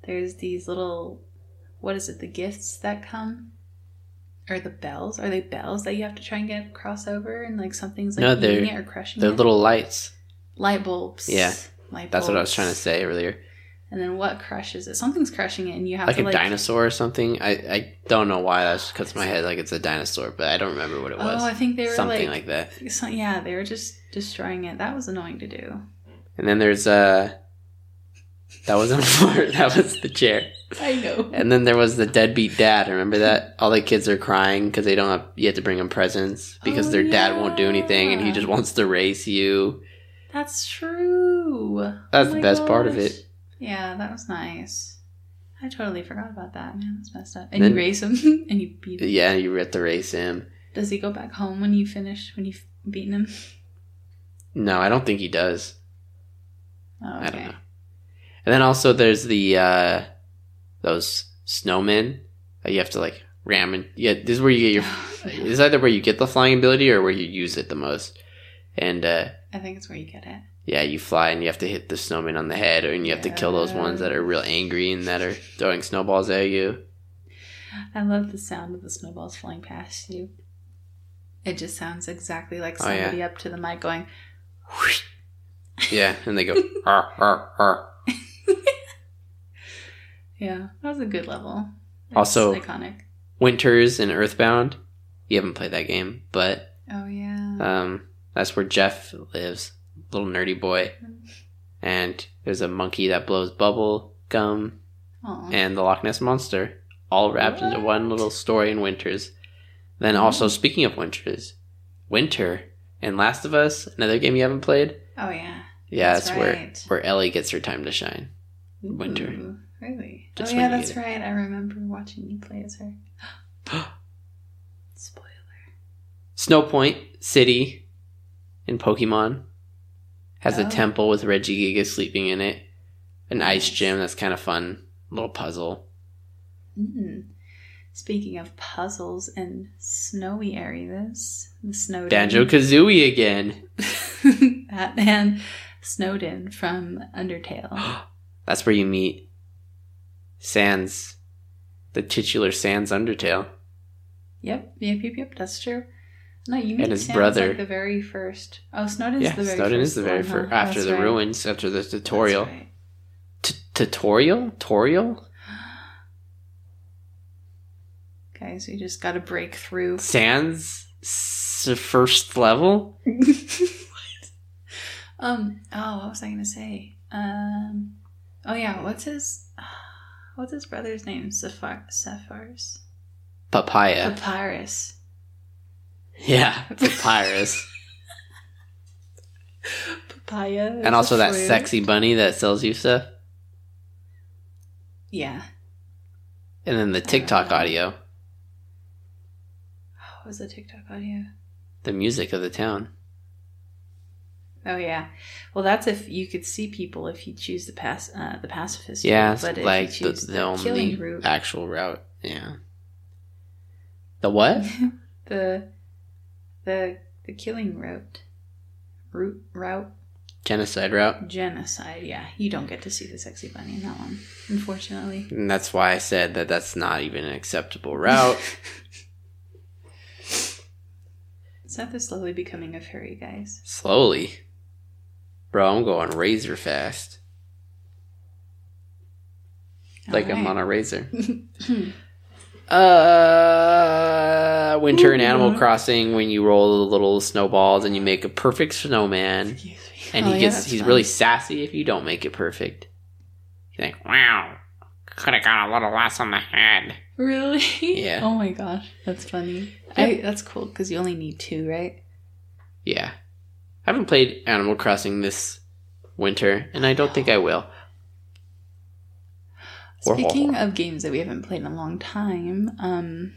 Speaker 2: There's these little what is it, the gifts that come? Or the bells? Are they bells that you have to try and get across over and like something's like
Speaker 1: No, they're-
Speaker 2: eating it or crushing
Speaker 1: The
Speaker 2: it?
Speaker 1: little lights.
Speaker 2: light bulbs.
Speaker 1: Yeah.
Speaker 2: Light
Speaker 1: That's what I was trying to
Speaker 2: bulbs.
Speaker 1: say earlier.
Speaker 2: And then what crushes it? Something's crushing it and you have
Speaker 1: Like
Speaker 2: to
Speaker 1: a
Speaker 2: like
Speaker 1: dinosaur or something. I, I don't know why that cuts my head like it's a dinosaur, but I don't remember what it was.
Speaker 2: Oh, I think they were
Speaker 1: something
Speaker 2: like,
Speaker 1: like that.
Speaker 2: so, yeah, they were just destroying it. That was annoying
Speaker 1: [laughs]
Speaker 2: to do.
Speaker 1: And then there's uh that wasn't [laughs] a fart, that was the chair.
Speaker 2: I know.
Speaker 1: And then there was the deadbeat dad. Remember that? All the kids are crying because they don't have you have to bring them presents because
Speaker 2: Oh,
Speaker 1: their dad won't do anything and he
Speaker 2: yeah.
Speaker 1: just wants to race you.
Speaker 2: That's true.
Speaker 1: That's
Speaker 2: Oh
Speaker 1: the
Speaker 2: my
Speaker 1: best part of
Speaker 2: gosh.
Speaker 1: it.
Speaker 2: Yeah, that was nice. I totally forgot about that, man. That's messed up. And
Speaker 1: Then-
Speaker 2: you race him [laughs] and you beat him.
Speaker 1: Yeah, you have to race him.
Speaker 2: Does he go back home when you finish when you've beaten him?
Speaker 1: No, I don't think he does.
Speaker 2: Oh,
Speaker 1: I don't know. And then also there's the uh those snowmen that you have to like ram and yeah, this is where you get
Speaker 2: [laughs]
Speaker 1: your it's either where you get the flying ability or where you use it the most. And uh
Speaker 2: I think it's where you get it.
Speaker 1: yeah, you fly and you have to hit the snowman on the head and you have to kill those ones that are real angry and that are throwing snowballs at you.
Speaker 2: I love the sound of the snowballs flying past you. It just sounds exactly like
Speaker 1: Oh, yeah.
Speaker 2: somebody up to the mic going,
Speaker 1: Yeah, and they go [laughs] "Arr, arr, arr."
Speaker 2: "Yeah, that was a good level." That's
Speaker 1: Also-
Speaker 2: iconic.
Speaker 1: Winters and Earthbound. You haven't played that game, but
Speaker 2: Oh yeah.
Speaker 1: um that's where Jeff lives, little nerdy boy. And there's a monkey that blows bubble gum
Speaker 2: Aw.
Speaker 1: and the Loch Ness monster all wrapped into one little story in Winters. Then
Speaker 2: Mm.
Speaker 1: also speaking of Winters, Winter and Last of Us, another game you haven't played.
Speaker 2: oh yeah.
Speaker 1: Yeah,
Speaker 2: That's
Speaker 1: that's, where
Speaker 2: right.
Speaker 1: where Ellie gets her time to shine. Winter.
Speaker 2: Ooh, really?
Speaker 1: That's
Speaker 2: oh
Speaker 1: when
Speaker 2: yeah,
Speaker 1: you
Speaker 2: that's
Speaker 1: get
Speaker 2: right. I remember watching you play
Speaker 1: [gasps]
Speaker 2: as her. Spoiler.
Speaker 1: Snowpoint City in Pokemon has
Speaker 2: Oh.
Speaker 1: a temple with Regigiga sleeping in it. An ice
Speaker 2: Nice.
Speaker 1: gym that's kind of fun. Little puzzle.
Speaker 2: Mm. Speaking of puzzles and snowy areas, the Snowden.
Speaker 1: Banjo
Speaker 2: [laughs]
Speaker 1: Kazooie again.
Speaker 2: that man, Snowden from
Speaker 1: [gasps]
Speaker 2: Undertale.
Speaker 1: That's where you meet Sans, the titular Sans Undertale.
Speaker 2: yep, yep, yep, yep. That's true. No, you meet
Speaker 1: his
Speaker 2: Sans,
Speaker 1: brother.
Speaker 2: Like the very first. Oh, Snowden's
Speaker 1: yeah,
Speaker 2: the very
Speaker 1: Snowden
Speaker 2: first.
Speaker 1: is the very
Speaker 2: one, huh?
Speaker 1: first. After
Speaker 2: That's
Speaker 1: the
Speaker 2: right.
Speaker 1: ruins, after the
Speaker 2: That's
Speaker 1: tutorial.
Speaker 2: right.
Speaker 1: T- tutorial? Tutorial?
Speaker 2: Guys, we just got to break through.
Speaker 1: Sans s- first level?
Speaker 2: [laughs] Um. Oh, what was I gonna say? Um. Oh yeah. What's his? [sighs] What's his brother's name? Sephar Sephars.
Speaker 1: Papaya.
Speaker 2: Papyrus.
Speaker 1: Yeah,
Speaker 2: [laughs]
Speaker 1: papyrus.
Speaker 2: Papaya. is
Speaker 1: and also
Speaker 2: a
Speaker 1: that
Speaker 2: fruit.
Speaker 1: sexy bunny that sells you stuff.
Speaker 2: Yeah.
Speaker 1: And then the TikTok audio,
Speaker 2: What was the TikTok audio?
Speaker 1: the music of the town.
Speaker 2: Oh yeah. Well, that's if you could see people if you choose the pass uh, the pacifist.
Speaker 1: Yeah,
Speaker 2: route,
Speaker 1: it's
Speaker 2: but
Speaker 1: like
Speaker 2: if you
Speaker 1: the,
Speaker 2: choose
Speaker 1: the,
Speaker 2: the,
Speaker 1: only
Speaker 2: killing route,
Speaker 1: actual route. Yeah. The what?
Speaker 2: [laughs] the the the killing route, route route
Speaker 1: Genocide route.
Speaker 2: genocide. Yeah, you don't get to see the sexy bunny in that one, unfortunately.
Speaker 1: And that's why I said that that's not even an acceptable route.
Speaker 2: Seth is slowly becoming a furry, guys.
Speaker 1: Slowly. Bro, I'm going razor fast. like I'm on a
Speaker 2: [laughs]
Speaker 1: razor. uh, winter in
Speaker 2: Ooh.
Speaker 1: Animal Crossing, when you roll the little snowballs and you make a perfect snowman,
Speaker 2: Excuse me.
Speaker 1: and
Speaker 2: Oh,
Speaker 1: he
Speaker 2: yeah,
Speaker 1: gets
Speaker 2: that's
Speaker 1: he's
Speaker 2: fun.
Speaker 1: really sassy if you don't make it perfect. He's like, "Wow, could have got a little less on the head."
Speaker 2: really
Speaker 1: Yeah.
Speaker 2: Oh my gosh, that's funny. I, that's cool because you only need two, right?
Speaker 1: Yeah, I haven't played Animal Crossing this winter, and I don't think I will. Or Hall
Speaker 2: Speaking of games that we haven't played in a long time, um,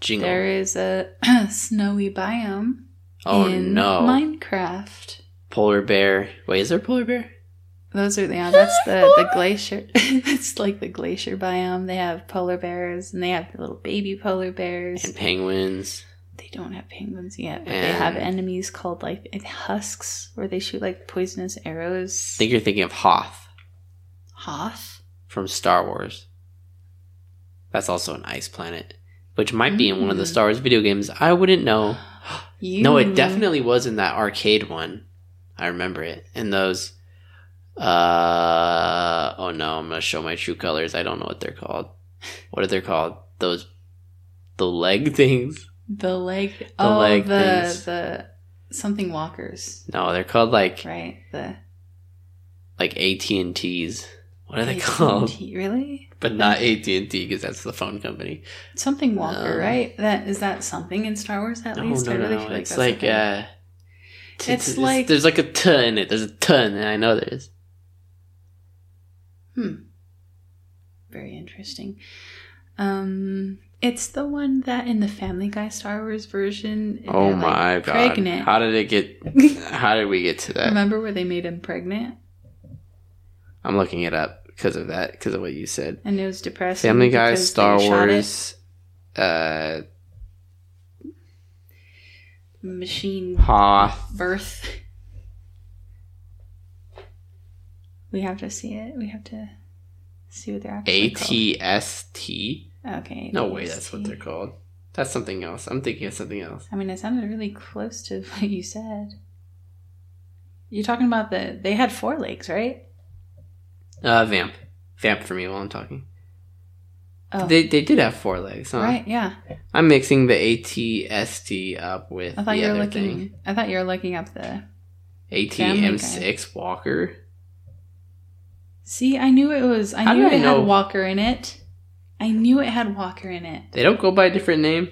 Speaker 1: Jingle!
Speaker 2: there is a [clears throat] snowy biome
Speaker 1: oh
Speaker 2: in
Speaker 1: no,
Speaker 2: Minecraft.
Speaker 1: polar bear. Wait, is there a polar bear?
Speaker 2: Those are yeah, that's the the glacier. [laughs] it's like the glacier biome. They have polar bears and they have the little baby polar bears.
Speaker 1: And penguins.
Speaker 2: they don't have penguins yet, but they have
Speaker 1: And-
Speaker 2: enemies called like husks, where they shoot like poisonous arrows.
Speaker 1: I think you're thinking of Hoth.
Speaker 2: Hoth.
Speaker 1: from Star Wars. That's also an ice planet, which might be in one of the
Speaker 2: Mm.
Speaker 1: Star Wars video games. I wouldn't know.
Speaker 2: You
Speaker 1: No, it definitely was in that arcade one. I remember it. And those. Uh oh no! I'm gonna show my true colors. I don't know what they're called. What are they called? Those, the leg things?
Speaker 2: the leg. oh,
Speaker 1: leg
Speaker 2: the
Speaker 1: things.
Speaker 2: the something walkers,
Speaker 1: No, they're called like
Speaker 2: right? The
Speaker 1: like AT and T's. What are they
Speaker 2: AT&T,
Speaker 1: called?
Speaker 2: Really?
Speaker 1: But not AT and T because that's the phone company.
Speaker 2: Something walker,
Speaker 1: No.
Speaker 2: right? That is that something in Star Wars at
Speaker 1: No,
Speaker 2: least.
Speaker 1: Oh, no,
Speaker 2: I
Speaker 1: no,
Speaker 2: really
Speaker 1: no.
Speaker 2: feel like
Speaker 1: it's
Speaker 2: that's
Speaker 1: like
Speaker 2: the thing.
Speaker 1: uh, t-
Speaker 2: It's
Speaker 1: t-
Speaker 2: like-
Speaker 1: there's like a t in it. There's a t in it. I know there is.
Speaker 2: Hmm. Very interesting. Um, it's the one that in the Family Guy Star Wars version.
Speaker 1: Oh
Speaker 2: they're, like,
Speaker 1: my god!
Speaker 2: Pregnant.
Speaker 1: How did it get?
Speaker 2: [laughs]
Speaker 1: How did we get to that?
Speaker 2: Remember where they made him pregnant
Speaker 1: I'm looking it up because of that. Because of what you said.
Speaker 2: and it was depressing.
Speaker 1: Family Guy,
Speaker 2: because
Speaker 1: Star
Speaker 2: they shot it.
Speaker 1: Wars, uh,
Speaker 2: machine
Speaker 1: Hoth.
Speaker 2: birth. We have to see it. We have to see what they're actually called.
Speaker 1: ATST.
Speaker 2: Okay.
Speaker 1: No way, that's what
Speaker 2: ATST.
Speaker 1: they're called. That's something else. I'm thinking of something else.
Speaker 2: I mean, it sounded really close to [laughs] what you said. You're talking about the they had four legs, right?
Speaker 1: Uh, vamp, vamp for me while I'm talking.
Speaker 2: Oh,
Speaker 1: They uh, they did have four legs, huh?
Speaker 2: right. Yeah,
Speaker 1: I'm mixing the ATST up with
Speaker 2: I
Speaker 1: the
Speaker 2: thought you were
Speaker 1: other
Speaker 2: looking.
Speaker 1: thing.
Speaker 2: I thought you were looking up the.
Speaker 1: ATM6 Walker.
Speaker 2: See, I knew it was. I
Speaker 1: How
Speaker 2: knew
Speaker 1: did
Speaker 2: it
Speaker 1: I
Speaker 2: had
Speaker 1: know?
Speaker 2: Walker in it. I knew it had Walker in it.
Speaker 1: They don't go by a different name.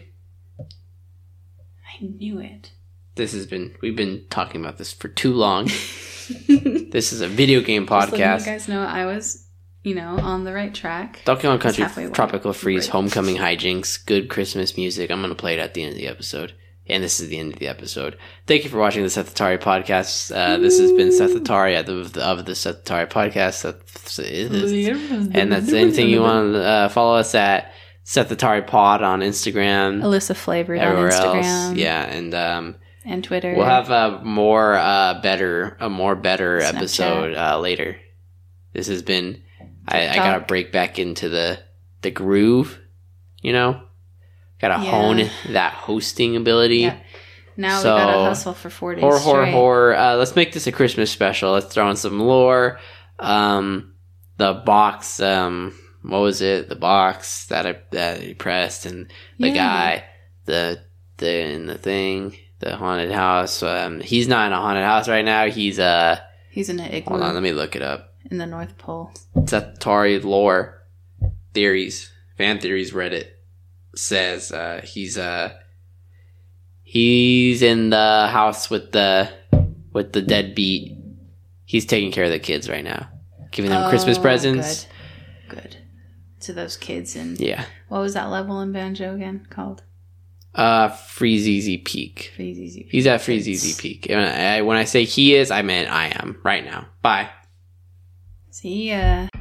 Speaker 2: I knew it.
Speaker 1: This has been we've been talking about this for too [laughs]
Speaker 2: [laughs]
Speaker 1: long. this is a video game
Speaker 2: Just letting you
Speaker 1: podcast.
Speaker 2: guys know I was, you know, on the right track.
Speaker 1: Donkey Kong Country
Speaker 2: halfway white.
Speaker 1: Tropical Freeze
Speaker 2: Right.
Speaker 1: Homecoming Hijinks. Good Christmas music. I'm gonna play it at the end of the episode. And this is the end of the episode. Thank you for watching the Seth Atari podcast. Uh, this has been Seth Atari at the, of the, of the Seth Atari podcast. Seth- and
Speaker 2: and
Speaker 1: that's anything you want to uh, follow us at Seth Atari Pod on Instagram.
Speaker 2: Alyssa Flavored on
Speaker 1: everywhere
Speaker 2: Instagram,
Speaker 1: else. Yeah, and um,
Speaker 2: and Twitter.
Speaker 1: we'll have a more uh, better a more better
Speaker 2: Snapchat.
Speaker 1: episode uh, later. This has been. I, I gotta
Speaker 2: TikTok.
Speaker 1: break back into the the groove. You know, gotta
Speaker 2: Yeah.
Speaker 1: hone that hosting ability.
Speaker 2: Yeah. now
Speaker 1: so-
Speaker 2: we gotta hustle for four days
Speaker 1: Horror, horror,
Speaker 2: straight.
Speaker 1: horror. Uh, let's make this a Christmas special. Let's throw in some lore. Um, the box. Um, what was it? The box that I that I pressed and the
Speaker 2: Yeah.
Speaker 1: guy, the the and the thing, the haunted house. Um, he's not in a haunted house right now. He's uh,
Speaker 2: He's in an igloo
Speaker 1: hold on, let me look it up.
Speaker 2: in the North Pole.
Speaker 1: Satori lore theories, fan theories Reddit says uh, he's uh, He's in the house with the with the deadbeat. He's taking care of the kids right now, giving them Christmas
Speaker 2: Oh,
Speaker 1: presents.
Speaker 2: Good. Good. To those kids and
Speaker 1: Yeah,
Speaker 2: what was that level in banjo again called?
Speaker 1: uh, Freezy Peak.
Speaker 2: Freezy.
Speaker 1: He's at Freezy Peak. And I, when I say he is, I meant I am right now. Bye.
Speaker 2: See ya.